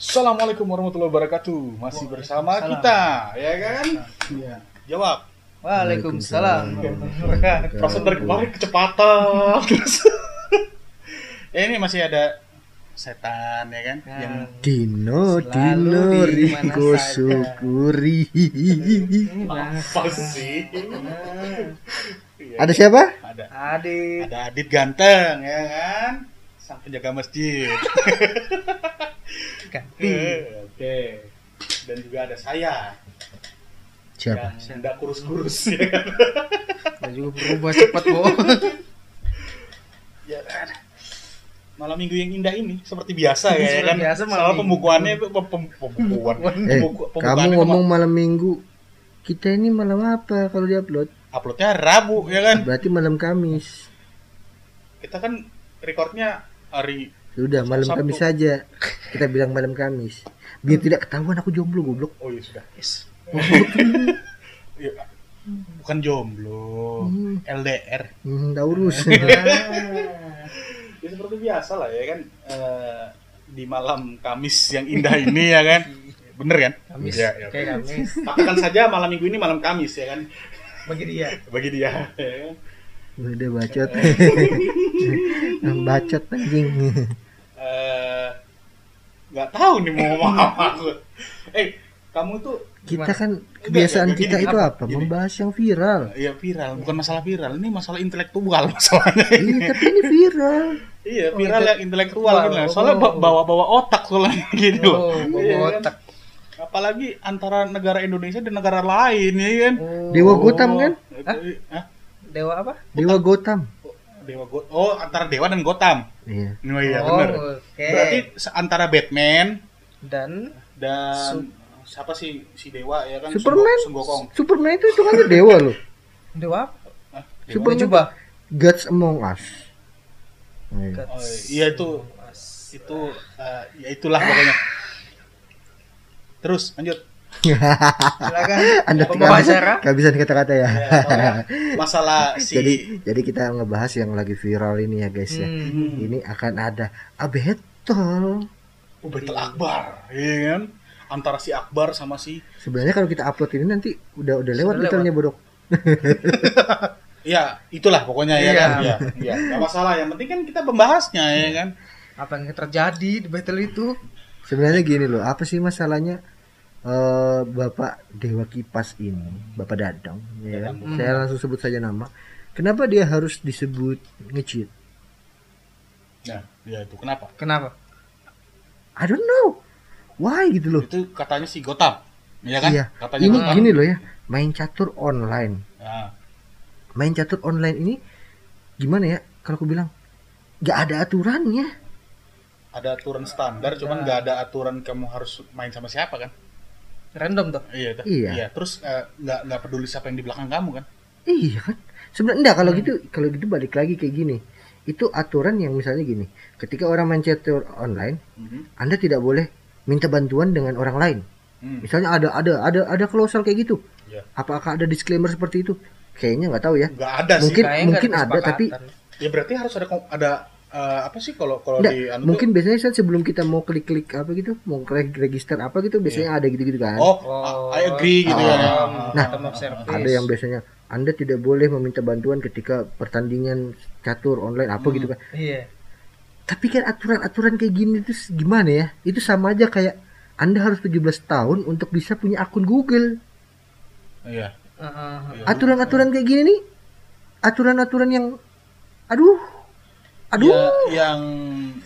Assalamualaikum warahmatullahi wabarakatuh. Masih bersama kita, ya kan? Iya. Jawab. Waalaikumsalam. Perasaan dari kemarin kecepatan. Terus. ya, ini masih ada setan, ya kan? Nah. Yang Selalu Dino, di Dino, mana Riko saja. Syukuri. Ini bahas apa sih? Iya. Ada siapa? Ada. Adit. Ada Adit ganteng, ya kan? Sang penjaga masjid. Ganti. Eh, Oke. Dan juga ada saya Siapa? yang tidak kurus-kurus ya kan? Baju lu berubah cepat, Bo. Ya, aduh. malam minggu yang indah ini seperti biasa ya Seperti kan biasa malam soal minggu. pembukaannya pem, pem- pembukuan Eh, Pembuku- kamu pembukaannya ngomong malam minggu. Kita ini malam apa kalau diupload? kema- uploadnya Rabu ya Eh. kan Berarti malam Kamis. kita kan recordnya hari Sudah malam Sabtu. Kamis saja. Kita bilang malam Kamis. Biar Hmm. tidak ketahuan aku jomblo goblok. oh iya sudah Ya, bukan jomblo Hmm. LDR Hmm, nggak urus. ya seperti biasa lah ya kan eh, di malam Kamis yang indah ini ya kan bener kan Kamis. ya, ya. Kayak Kamis. Katakan saja malam minggu ini malam Kamis ya kan Bagi dia. bagi dia ya kan? Udah bacot. bacot anjing. eh nggak tahu nih mau ngomong apa aku. Eh, kamu tuh Gimana? Kita kan kebiasaan Enggak, enggak, kita gini, itu apa? apa? Gini. Membahas yang viral. ya viral, bukan masalah viral, ini masalah intelektual masalahnya. Iya, tapi ini viral. iya, viral Oh, yang intelektual kan lah. Soalnya oh. ba- bawa-bawa otak soalnya gini loh. Oh, Iya, bawa kan? otak. Apalagi antara negara Indonesia dan negara lain ya kan. Oh. Dewa Gotam kan? Hah? Hah? Dewa apa? Dewa Gotam. Dewa Go- Oh, antara Dewa dan Gotam. Iya. Oh, iya Oh, benar. Oke. Berarti se- antara Batman dan dan siapa sih si Dewa ya kan? Superman. Sunggo- Sunggokong. Superman itu hitungannya dewa loh. Dewa apa? Hah? Dewa? Super- Dewa Jubah. Gods Among Us. Iya. Oh, iya itu itu eh, ya itulah pokoknya terus lanjut Silakan. Anda Apa tuh mau kehabisan, acara? kehabisan kata-kata ya. Ya, soalnya masalah si jadi jadi kita ngebahas yang lagi viral ini ya guys ya. Hmm. Hmm, Ini akan ada Abetol. Ubetul Akbar iya kan antara si Akbar sama si Sebenarnya kalau kita upload ini nanti udah udah lewat Sudah betulnya bodoh. ya itulah pokoknya ya Iya. kan ya, ya nggak masalah yang penting kan kita membahasnya Iya. ya kan Apa yang terjadi di battle itu? Sebenarnya gini loh, apa sih masalahnya eh Bapak Dewa Kipas ini, Bapak Dadang, ya kan? Dadang. Saya langsung sebut saja nama. Kenapa dia harus disebut ngecit? nah ya itu kenapa Kenapa? I don't know. Why gitu loh. itu katanya si Gotam ya kan Iya. katanya Ini Gotam. gini loh ya, main catur online. Nah, Main catur online ini gimana ya? Kalau aku bilang nggak ada aturannya. ada aturan standar cuman Nah. nggak ada aturan kamu harus main sama siapa kan Random tuh. iya itu. Iya. terus eh, nggak nggak peduli siapa yang di belakang kamu kan Iya kan? Sebenarnya enggak kalau gitu kalau gitu balik lagi kayak gini. Itu aturan yang misalnya gini, ketika orang main catur online, Mhm. Anda tidak boleh minta bantuan dengan orang lain. Hmm. Misalnya ada ada ada ada klausul kayak gitu. Iya. Apakah ada disclaimer seperti itu? Kayaknya nggak tahu ya. nggak ada sih Mungkin- Kayaknya mungkin nggak ada, tapi- kesepakatan. Ya berarti harus ada kom- ada eh, apa sih kalau kalau Nggak, di anu mungkin biasanya Sat, sebelum kita mau klik-klik apa gitu, mau klik register apa gitu, biasanya ada gitu-gitu tuh, kan. oh, Oh. ah, I agree gitu ya. Nah, Term of service. ada yang biasanya Anda tidak boleh meminta bantuan ketika pertandingan catur online Hmm. apa gitu kan. Iya. Tapi kan aturan-aturan kayak gini itu gimana ya? Itu sama aja kayak Anda harus 17 tahun untuk bisa punya akun Google. Iya. Heeh. iya. Aturan-aturan kayak gini nih. Aturan-aturan yang aduh. Aduh. Ya, yang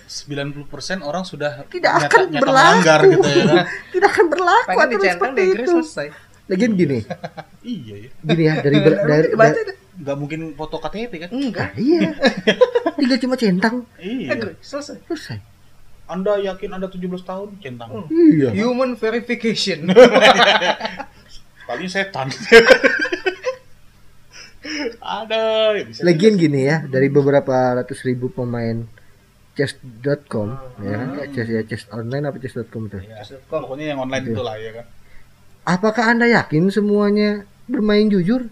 90% orang sudah tidak akan melanggar berlaku. gitu ya. kan. tidak akan berlaku Pengen aturan dicentang seperti deh, Chris, itu. selesai. Lagian gini, iya ya. gini ya dari ber, dari, Baca dari- deh. Nggak mungkin foto KTP kan? Enggak. Ah, iya. Tinggal cuma centang Eh, Iya. Chris, selesai. selesai. Anda yakin Anda 17 tahun centang? Iya. Human verification. Paling setan. Ada, ya bisa. Lagian gini ya, dari beberapa ratus ribu pemain chess.com ya kan Kayak chess ya chess online apa chess.com tuh. Ya, pokoknya yang online Gitu. itu lah ya kan. Apakah Anda yakin semuanya bermain jujur?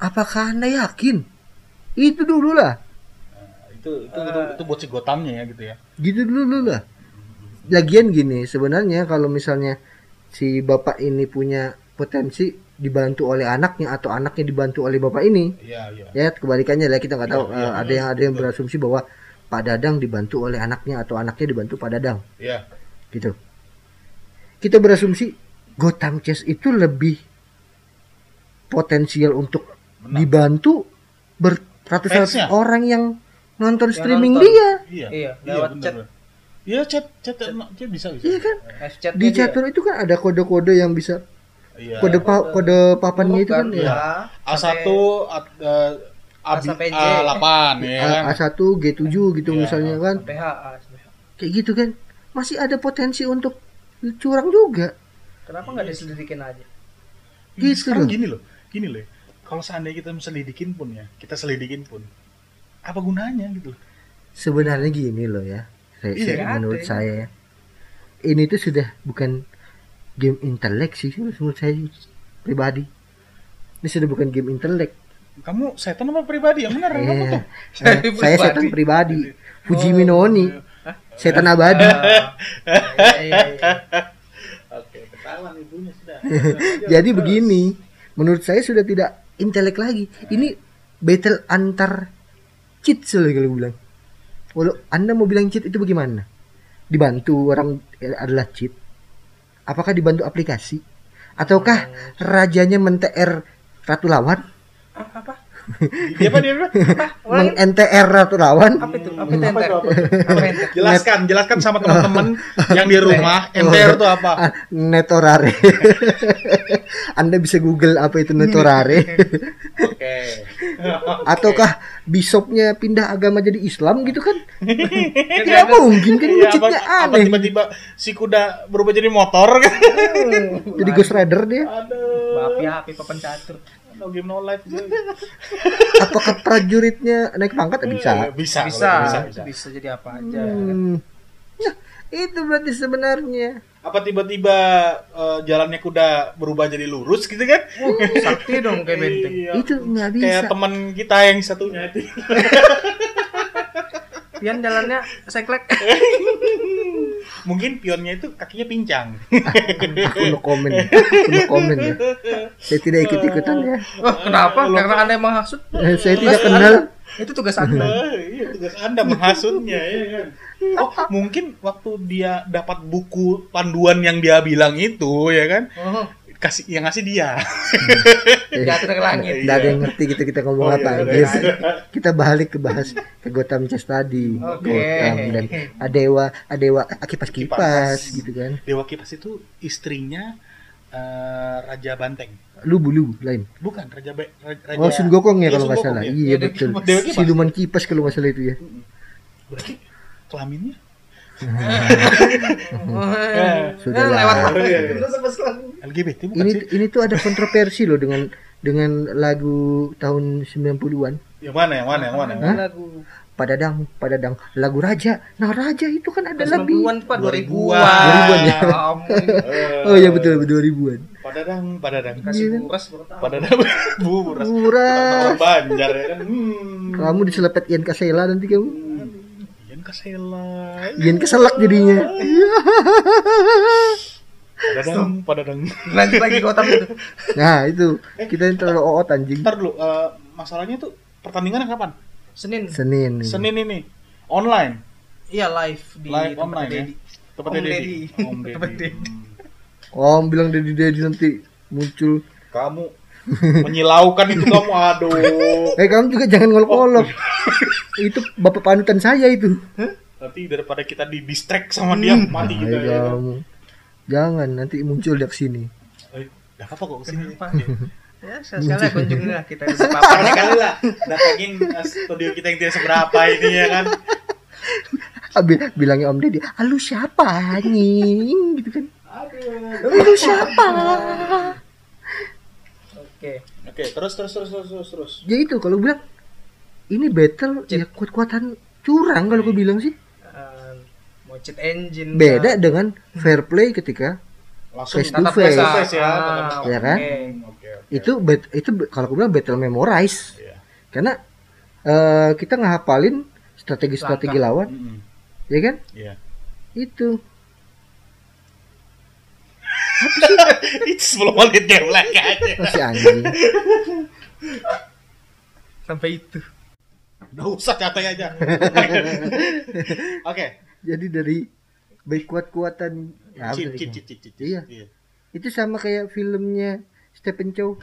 Apakah Anda yakin? Itu dulu lah. Ah. Nah, Itu itu itu, itu buat si Gotamnya ya gitu ya. Gitu dulu lah. lagian gini sebenarnya kalau misalnya si bapak ini punya potensi dibantu oleh anaknya atau anaknya dibantu oleh bapak ini Iya, iya. ya kebalikannya lah kita nggak tahu Iya, iya, eh, ada iya, yang ada yang betul. berasumsi bahwa Pak Dadang dibantu oleh anaknya atau anaknya dibantu Pak Dadang Iya. gitu kita berasumsi Gotham Chess itu lebih potensial untuk Menang. dibantu Fansnya. beratus-ratus orang yang nonton Yang streaming nonton. dia Iya. Iya, lewat bener, chat. bener. Iya, chat, chat, enak. Dia bisa bisa. Iya kan? Live chat di catur itu kan ada kode-kode yang bisa Iya. kode pa- kode papannya itu kan ya ya. A1 A- eh, A- sampai J. A8 ya kan. A- A1 G7 gitu Iya. misalnya kan PH kayak gitu kan masih ada potensi untuk curang juga Kenapa nggak diselidikin aja? Ini Gitu sekarang loh. gini loh, gini loh. ya. Kalau seandainya kita selidikin pun ya, kita selidikin pun, apa gunanya gitu loh? sebenarnya gini loh ya saya, Iya, saya- ada. menurut saya ya ini tuh sudah bukan game intelek sih menurut saya pribadi ini sudah bukan game intelek Kamu setan apa pribadi yang benar? Kamu Iya. tuh. saya, Saya saya setan pribadi Fujimi no Oni setan Iya, abadi Oke, ketahuan ibunya sudah. Iya, jadi begini menurut saya sudah tidak intelek lagi ini battle antar cheat loh kalau gue bilang kalau anda mau bilang cheat itu bagaimana dibantu orang eh, adalah cheat apakah dibantu aplikasi Hmm. ataukah rajanya men-TR ratu lawan Apa? Dia apa dia? apa? Ulangin. meng-NTR ratu lawan Apa itu? Apa Hmm, itu? apa enter? itu, apa itu? Apa enter? Jelaskan, jelaskan sama teman-teman yang di rumah. Oh, MTR itu apa? Ah, netorare anda bisa google apa itu netorare Oke. ataukah bishopnya pindah agama jadi Islam gitu kan Iya, tidak mungkin kan Iya, apa, cheatnya apa aneh tiba-tiba si kuda berubah jadi motor kan? jadi Ghost Rider dia Aduh, Bapi api ya, papan catur. no game no life. Jay. apakah prajuritnya naik pangkat Eh, bisa Eh, bisa, Bisa, kalau bisa, bisa, bisa. jadi apa aja. Hmm. Nah, itu berarti sebenarnya Apa tiba-tiba eh, jalannya kuda berubah jadi lurus gitu kan? Uh, sakti dong kayak benteng. Iya. itu nggak bisa Kayak gitu. teman kita yang satunya itu. Pian jalannya seklek. Mungkin pionnya itu kakinya pincang. aku no komen aku no komen ya saya tidak ikut ikutan ya Wah, kenapa? Karena anda yang menghasut. Eh, saya tidak kenal Itu tugas anda. Eh, iya, tugas Anda menghasutnya ya kan. Oh, mungkin waktu dia dapat buku panduan yang dia bilang itu ya kan, Oh, kasih yang ngasih dia. Eh, jatuh ke langit. nggak ada yang ngerti kita kita ngomong Oh, apa iya, anjir. kita balik ke bahas ke Gotham Chess tadi Oke. Gotham dan Adewa Adewa kipas Kipas. kipas gitu kan Dewa Kipas itu istrinya eh, Raja Banteng. lubu lubu lain Bukan Raja Be Ra- Raja oh Sun Gokong ya Iya, kalau Sun nggak Gokong, salah iya. iya Iya, dia betul kipas. Dewa Kipas. siluman kipas kalau nggak salah itu ya Berarti kelaminnya Eh, Sudah lah. lewat Iya, iya. Terus apa sekarang? LGBT bukan ini sih? ini tuh ada kontroversi loh dengan dengan lagu tahun 90-an. Yang mana? Yang mana? Yang mana? Hah? Lagu Padadang, padadang, lagu raja. Nah, raja itu kan ada lebih. 90-an Pak, 2000-an. 2000-an ya. Oh ya betul, betul 2000-an. Padadang, padadang. Kasih buras baru tahu. Padadang buras. Orang Murah. Banjar ya kan. Hmm. Kamu diselepet Ian Kasela nanti kamu. Ian Kasela. Ian keselak jadinya. Padadang, padadang. Lanjut lagi kotak itu. Nah, itu kita yang terlalu oot anjing. Ntar dulu, eh, masalahnya tuh pertandingan kapan? Senin. Senin. Senin ini. Online. Iya live di Live tempat online ya? Dedi. Tempatnya Om Dedi. Deddy. Om Tempat Deddy. Deddy. Hmm. Oh, bilang Dedi Dedi nanti muncul. Kamu menyilaukan itu kamu aduh. Eh, kamu juga jangan ngolok-ngolok. itu bapak panutan saya itu. Nanti daripada kita di distract sama dia mati Hai kita ya. kamu. Jangan nanti muncul dari sini. Eh, dah apa kok kesini? Kenapa? Ya, sekali kunjungi lah kita di Sepapa. Kali kali lah datengin eh, studio kita yang tidak seberapa ini ya kan. Ah, bi- bilangnya Om Deddy, ah, lu siapa anjing gitu kan? Aduh. Lu siapa? Oke. Oke, terus terus terus terus terus terus. Ya itu kalau bilang ini battle ya kuat-kuatan curang kalau gue bilang sih. Eh, Mau cheat engine. Beda dengan fair play ketika Langsung Face to Tatap face. face. Face ya, Ah, tatap muka. Ya kan? oke. Oke, oke. itu bet- itu be- kalau gue bilang battle memorize Iya. karena eh, kita ngehafalin strategi-strategi lawan, Mm-mm. ya kan? Iya. Itu Itu 10 menit game lag aja. Masih anjing. sampai itu Udah usah katanya aja. Oke. Jadi dari baik kuat-kuatan Nah, Cip, betul cip, itu. cip, cip, cip. Iya. Itu sama kayak filmnya Stephen Chow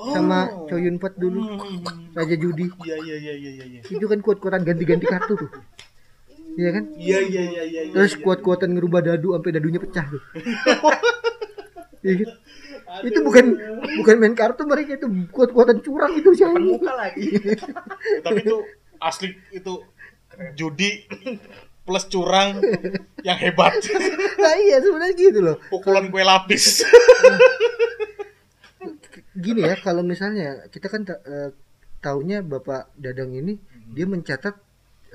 Oh. sama Chow Yun Fat dulu Hmm. Raja Judi. Iya, iya, iya, iya, iya, iya. Itu kan kuat-kuatan ganti-ganti kartu tuh. Iya kan? Iya, iya, iya, iya. iya, Terus iya. kuat-kuatan ngerubah dadu sampai dadunya pecah tuh. Iya kan? Aduh. Itu bukan bukan main kartu mereka itu kuat-kuatan curang itu sih. depan muka lagi Iya, tapi itu asli itu judi plus curang yang hebat Nah iya sebenarnya gitu loh. pukulan kue lapis Gini ya kalau misalnya kita kan ta- eh, taunya Bapak Dadang ini dia mencatat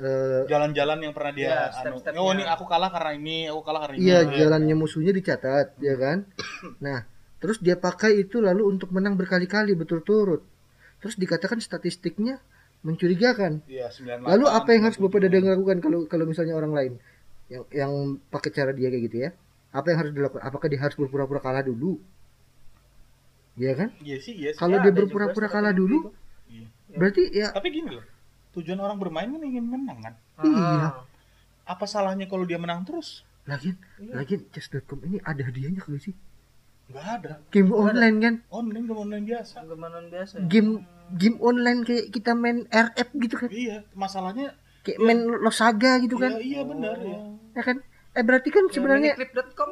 eh, jalan-jalan yang pernah dia Iya, anu, step-stepnya. oh ini aku kalah karena ini aku kalah karena ini Iya, jalannya musuhnya dicatat, ya kan? Nah, terus dia pakai itu lalu untuk menang berkali-kali berturut-turut. Terus dikatakan statistiknya mencurigakan. Iya, 98. Lalu apa yang harus Bapak Dadang lakukan kalau kalau misalnya orang lain yang yang pakai cara dia kayak gitu ya? Apa yang harus dilakukan? Apakah dia harus berpura-pura kalah dulu? Iya kan? Iya sih, iya sih. Kalau Ya, dia ada berpura-pura juga kalah strategi dulu, Iya. berarti ya tapi gini loh tujuan orang bermain kan ingin menang kan Iya. Ah, apa salahnya kalau dia menang terus lagian lagian chess.com ini ada hadiahnya kagak sih? nggak ada Oh, Game online kan? online udah online biasa gemanan biasa ya? Game game online kayak kita main RF gitu kan? iya masalahnya kayak main losaga gitu kan iya, iya benar ya ya kan eh berarti kan sebenarnya clip.com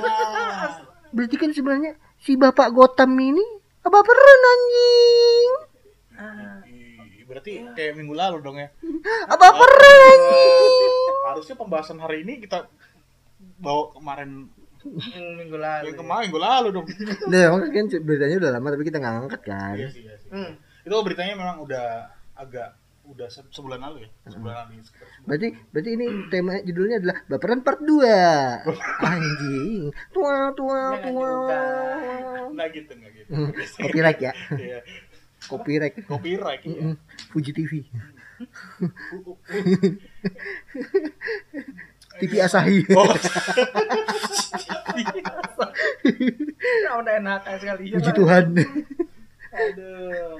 Iya. berarti kan sebenarnya si bapak Gotham ini baperan anjing Ih, berarti kayak minggu lalu dong ya baperan anjing harusnya pembahasan hari ini kita bawa kemarin yang minggu lalu. yang kemarin minggu lalu dong nah emang kan beritanya udah lama tapi kita nggak angkat kan Iya sih, iya sih. Hmm. itu beritanya memang udah agak udah se- sebulan lalu ya sebulan lalu ya, sekitar sebulan. berarti berarti ini tema judulnya adalah baperan part 2 anjing Jangan tua tua tua dibuka. nah gitu nggak gitu Hmm, copyright ya Iya. copyright copyright ya. Mm-mm, Fuji TV Uh, uh, TV Asahi uh. Oh. Nah, udah enak sekali. Ya, puji Pak. Tuhan Aduh.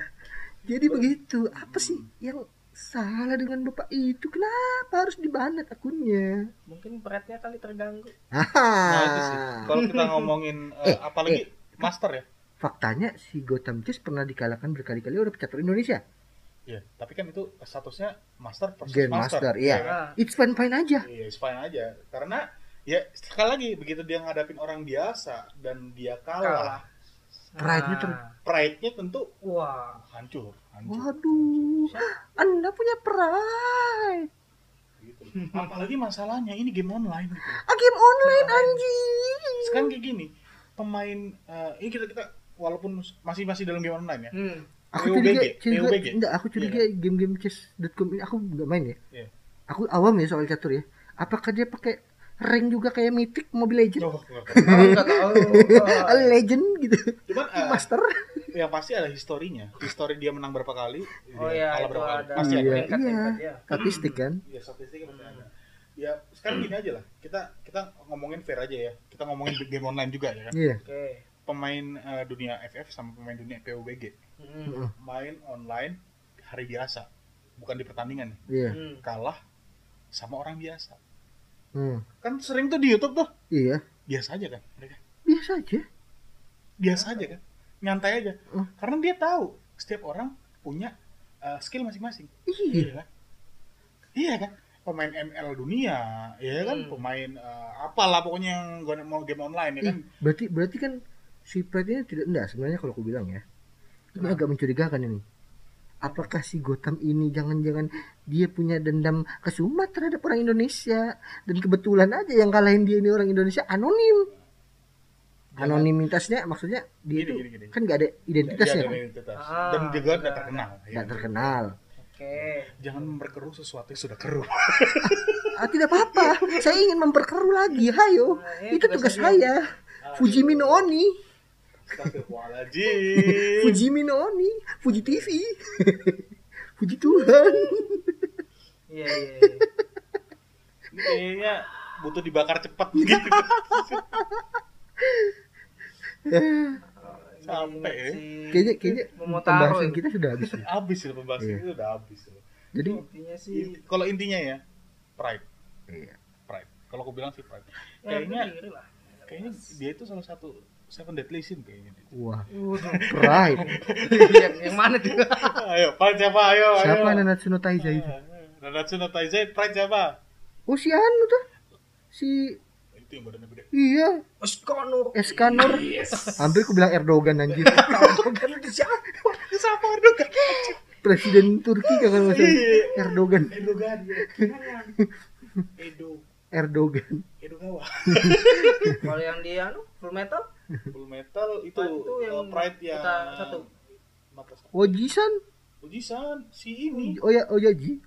Jadi begitu, apa sih yang salah dengan bapak itu? Kenapa harus dibanet akunnya? Mungkin beratnya kali terganggu. Nah, itu sih. Haha. Kalau kita ngomongin eh, apalagi master ya. Faktanya si Gotham Chess pernah dikalahkan berkali-kali oleh pecatur Indonesia. Iya, tapi kan itu statusnya master versus Grandmaster, iya. Nah, It's fine-fine aja. Iya, it's fine aja. Karena ya sekali lagi begitu dia ngadapin orang biasa dan dia kalah, Pride-nya ter- Nah, pride-nya tentu Wah, hancur, hancur. Waduh, Anda punya pride. Gitu. Apalagi masalahnya ini game online. Gitu. Ah, game online anjing. Sekarang kayak gini, pemain eh, ini kita kita walaupun masih masih dalam game online ya. hmm. Aku PUBG, curiga, curiga PUBG. enggak, aku curiga game-game chess.com ini aku nggak main ya. Iya. Aku awam ya soal catur ya. Apakah dia pakai rank juga kayak Mythic, Mobile Legends? Oh, nggak tahu. Oh, nggak tahu. A legend gitu Cuman eh, master yang pasti ada historinya. Histori dia menang berapa kali, Oh, dia iya, kalah itu berapa kali. ada. Pasti ada. iya tingkat, iya tingkat, iya. statistik kan Ya statistiknya pasti ada. Ya sekarang gini aja lah. Kita kita ngomongin fair aja ya. Kita ngomongin game online juga ya kan. iya Oke. Pemain eh, dunia FF sama pemain dunia PUBG Hmm. Iya. main online hari biasa, bukan di pertandingan. iya Hmm. Kalah sama orang biasa. Hmm. Kan sering tuh di YouTube tuh. iya Biasa aja kan mereka. biasa aja Biasa aja kan. Nyantai aja. Hmm. Karena dia tahu setiap orang punya eh, skill masing-masing. iya Iya kan? Iya kan? Pemain ML dunia, ya kan? Hmm. Pemain eh, apalah pokoknya yang gua- mau game online ya kan? Ih, berarti berarti kan si Pratt ini tidak enggak sebenarnya kalau aku bilang ya ini Nah. agak mencurigakan ini apakah si Gotham ini jangan-jangan dia punya dendam kesumat terhadap orang Indonesia dan kebetulan aja yang kalahin dia ini orang Indonesia anonim anonimitasnya maksudnya Gini, dia itu gini, gini. kan nggak ada Dia identitasnya ada kan? identitas. Ah, Iya, iya. Dan juga ada, nggak ada. terkenal. ya nggak kan? terkenal Oke. Jangan memperkeruh sesuatu yang sudah keruh. Ah, tidak apa-apa. Saya ingin memperkeruh lagi. Hayo. Eh, Nah, Uh, Itu tugas saya. Fujimi no Oni. Astagfirullahaladzim. Fujimi no Oni. Fuji TV. Fuji Tuhan. Iya, iya. iya. Iya. Ini Kayaknya butuh dibakar cepat gitu. Sampai ya. kayaknya kayaknya mau taruh pembahasan kita sudah habis ya. Habis loh pembahasan Iya. itu udah habis loh. jadi intinya sih Eh, I- Kalau intinya ya, pride, iya. pride. Kalau aku bilang sih pride. ya, Kayaknya- sendiri lah. Kayaknya dia itu salah satu seven deadly sin kayaknya. wah Waduh. pride yang, yang mana tuh ayo, pride siapa? Ayo, siapa ayo. Nanatsu no Taizai itu Nanatsu no Taizai, pride siapa? oh si anu tuh si Itu yang badannya gede. iya Eskonur Eskanur hampir aku bilang Erdogan anjir Eskonur itu siapa Siapa Erdogan? presiden Turki kan masa Iya. Erdogan Erdogan. Edo, Erdogan Edogawa. kalau yang di anu full metal Full Metal itu, Pride itu uh, yang Pride yang kita satu. Mata satu. Ojisan Oh, ya, Ujisan si ini Oya Oyaji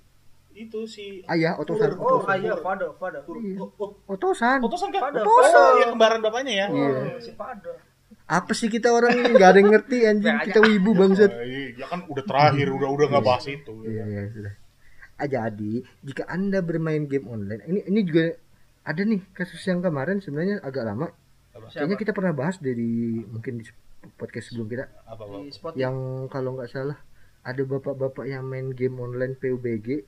itu si ayah Otosan Oh, oh Father. ayah father father Kur- Iya. oh, oh, Otosan Otosan kan? Father, Oh, Father. ya kembaran bapaknya ya. Iya. oh, si father apa sih kita orang ini nggak ada yang ngerti anjing Nggak kita wibu bangsat Oh, iya, ya kan udah terakhir, udah udah nggak bahas itu. Iya, iya, sudah. Ah, Jadi, jika Anda bermain game online, ini ini juga ada nih kasus yang kemarin sebenarnya agak lama. Apa? Kayaknya siapa kita pernah bahas dari mungkin di podcast sebelum kita Apa apa? di spot yang kalau nggak salah ada bapak-bapak yang main game online PUBG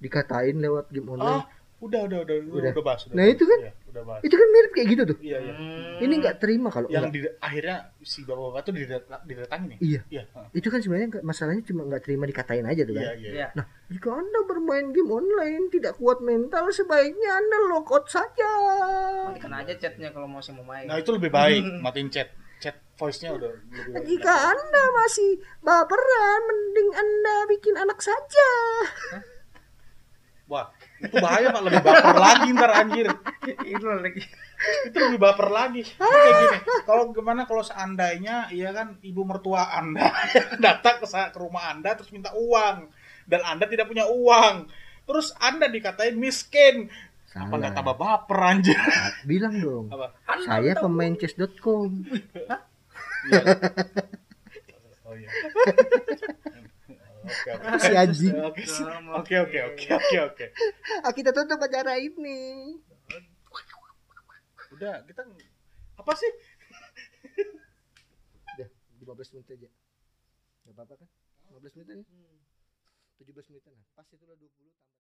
dikatain lewat game Ah, online. udah udah udah udah, Udah. udah bahas. Udah Nah, bahas. itu kan? Iya, udah bahas. Itu kan mirip kayak gitu tuh. Iya iya. Hmm. Ini nggak terima kalau Yang nggak- di, akhirnya si bapak-bapak tuh didat- didatangin ya? Iya. Iya. heeh. Itu kan sebenarnya nggak- masalahnya cuma nggak terima dikatain aja tuh kan. Iya iya. ya Nah, jika Anda bermain game online tidak kuat mental, sebaiknya Anda logout saja. matikan aja chatnya kalau masih mau main Nah, itu lebih baik matiin chat. Chat voice-nya udah lebih baik. Jika Anda masih baperan, mending Anda bikin anak saja. Wah, itu bahaya Pak, lebih baper lagi ntar anjir. itu lagi Itu lebih baper lagi. Ini Kayak gini, kalau gimana kalau seandainya ya kan ibu mertua Anda datang ke, sa- ke rumah Anda terus minta uang dan Anda tidak punya uang. Terus Anda dikatain miskin. Apa nggak tambah baper anjir? Bilang dong. Apa? Saya pemain chess.com. Iya. Oh iya. Oke, oke. Si anjing. Oke, Oke oke oke oke oke. Ah, kita tutup acara ini. Udah, kita apa sih? 15 menit aja. Gak apa-apa kan? 15 menit aja. 17 menit Pas itu udah 20 tambah.